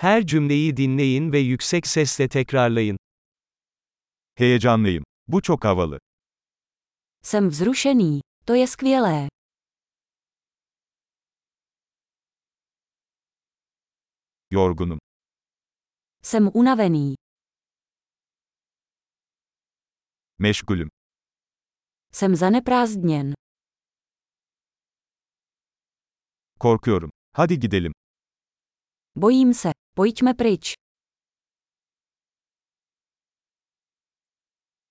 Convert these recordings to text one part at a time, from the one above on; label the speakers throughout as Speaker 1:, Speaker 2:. Speaker 1: Her cümleyi dinleyin ve yüksek sesle tekrarlayın.
Speaker 2: Heyecanlıyım. Bu çok havalı.
Speaker 3: Jsem vzrušený. To je skvělé.
Speaker 2: Yorgunum.
Speaker 3: Jsem unavený.
Speaker 2: Meşgulüm.
Speaker 3: Jsem zaneprázdněn.
Speaker 2: Korkuyorum. Hadi gidelim.
Speaker 3: Bojím se. Pojďme pryč.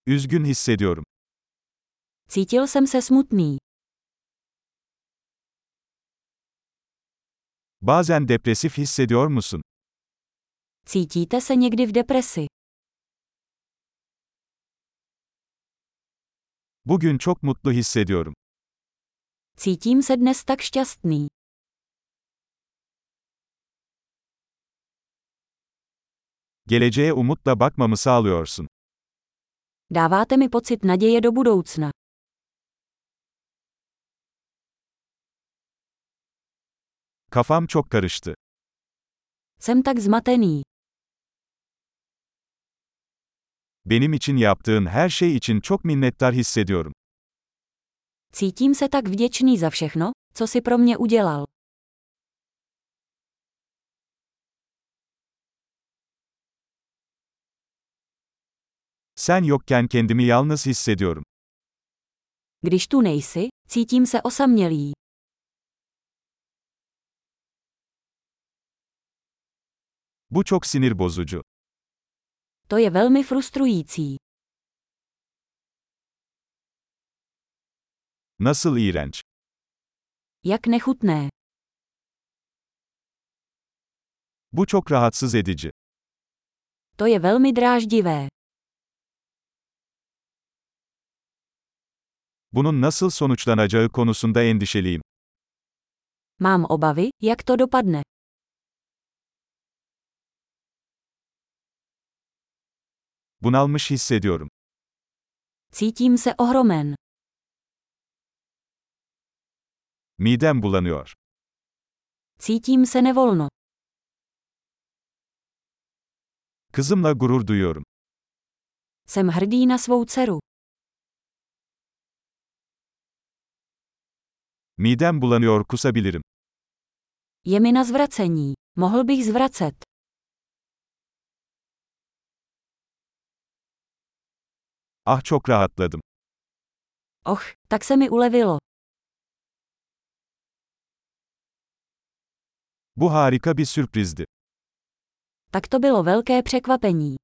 Speaker 2: Üzgün hissediyorum.
Speaker 3: Cítil jsem se smutný.
Speaker 2: Bazen depresif hissediyor musun?
Speaker 3: Cítíte se někdy v depresi?
Speaker 2: Bugün çok mutlu hissediyorum.
Speaker 3: Cítím se dnes tak šťastný.
Speaker 2: Geleceğe umutla bakmamı sağlıyorsun.
Speaker 3: Dáváte mi pocit naděje do budoucna.
Speaker 2: Kafam çok karıştı.
Speaker 3: Jsem tak zmatený.
Speaker 2: Benim için yaptığın her şey için çok minnettar hissediyorum.
Speaker 3: Cítím se tak vděčný za všechno, co si pro mě udělal.
Speaker 2: Sen yokken kendimi yalnız hissediyorum.
Speaker 3: Když tu nejsi, cítím se osamělý.
Speaker 2: Bu çok sinir bozucu.
Speaker 3: To je velmi frustrující.
Speaker 2: Nasıl iğrenç.
Speaker 3: Jak nechutné.
Speaker 2: Bu çok rahatsız edici.
Speaker 3: To je velmi dráždivé.
Speaker 2: Bunun nasıl sonuçlanacağı konusunda endişeliyim.
Speaker 3: Mám obavy, jak to dopadne.
Speaker 2: Bunalmış hissediyorum.
Speaker 3: Cítím se ohromen.
Speaker 2: Midem bulanıyor.
Speaker 3: Cítím se nevolno.
Speaker 2: Kızımla gurur duyuyorum.
Speaker 3: Jsem hrdý na svou dceru.
Speaker 2: Midem bulanıyor kusabilirim.
Speaker 3: Je mi na zvracení. Mohl bych zvracet.
Speaker 2: Ah çok rahatladım.
Speaker 3: Och, tak se mi ulevilo.
Speaker 2: Bu harika bir sürprizdi.
Speaker 3: Tak to bylo velké překvapení.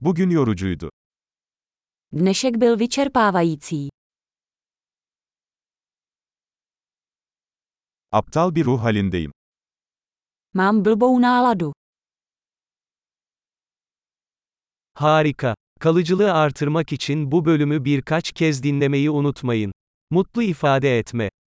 Speaker 2: Bugün yorucuydu.
Speaker 3: Dnešek byl vyčerpávající.
Speaker 2: Aptal bir ruh halindeyim.
Speaker 3: Mám blbou náladu.
Speaker 1: Harika. Kalıcılığı artırmak için bu bölümü birkaç kez dinlemeyi unutmayın. Mutlu ifade etme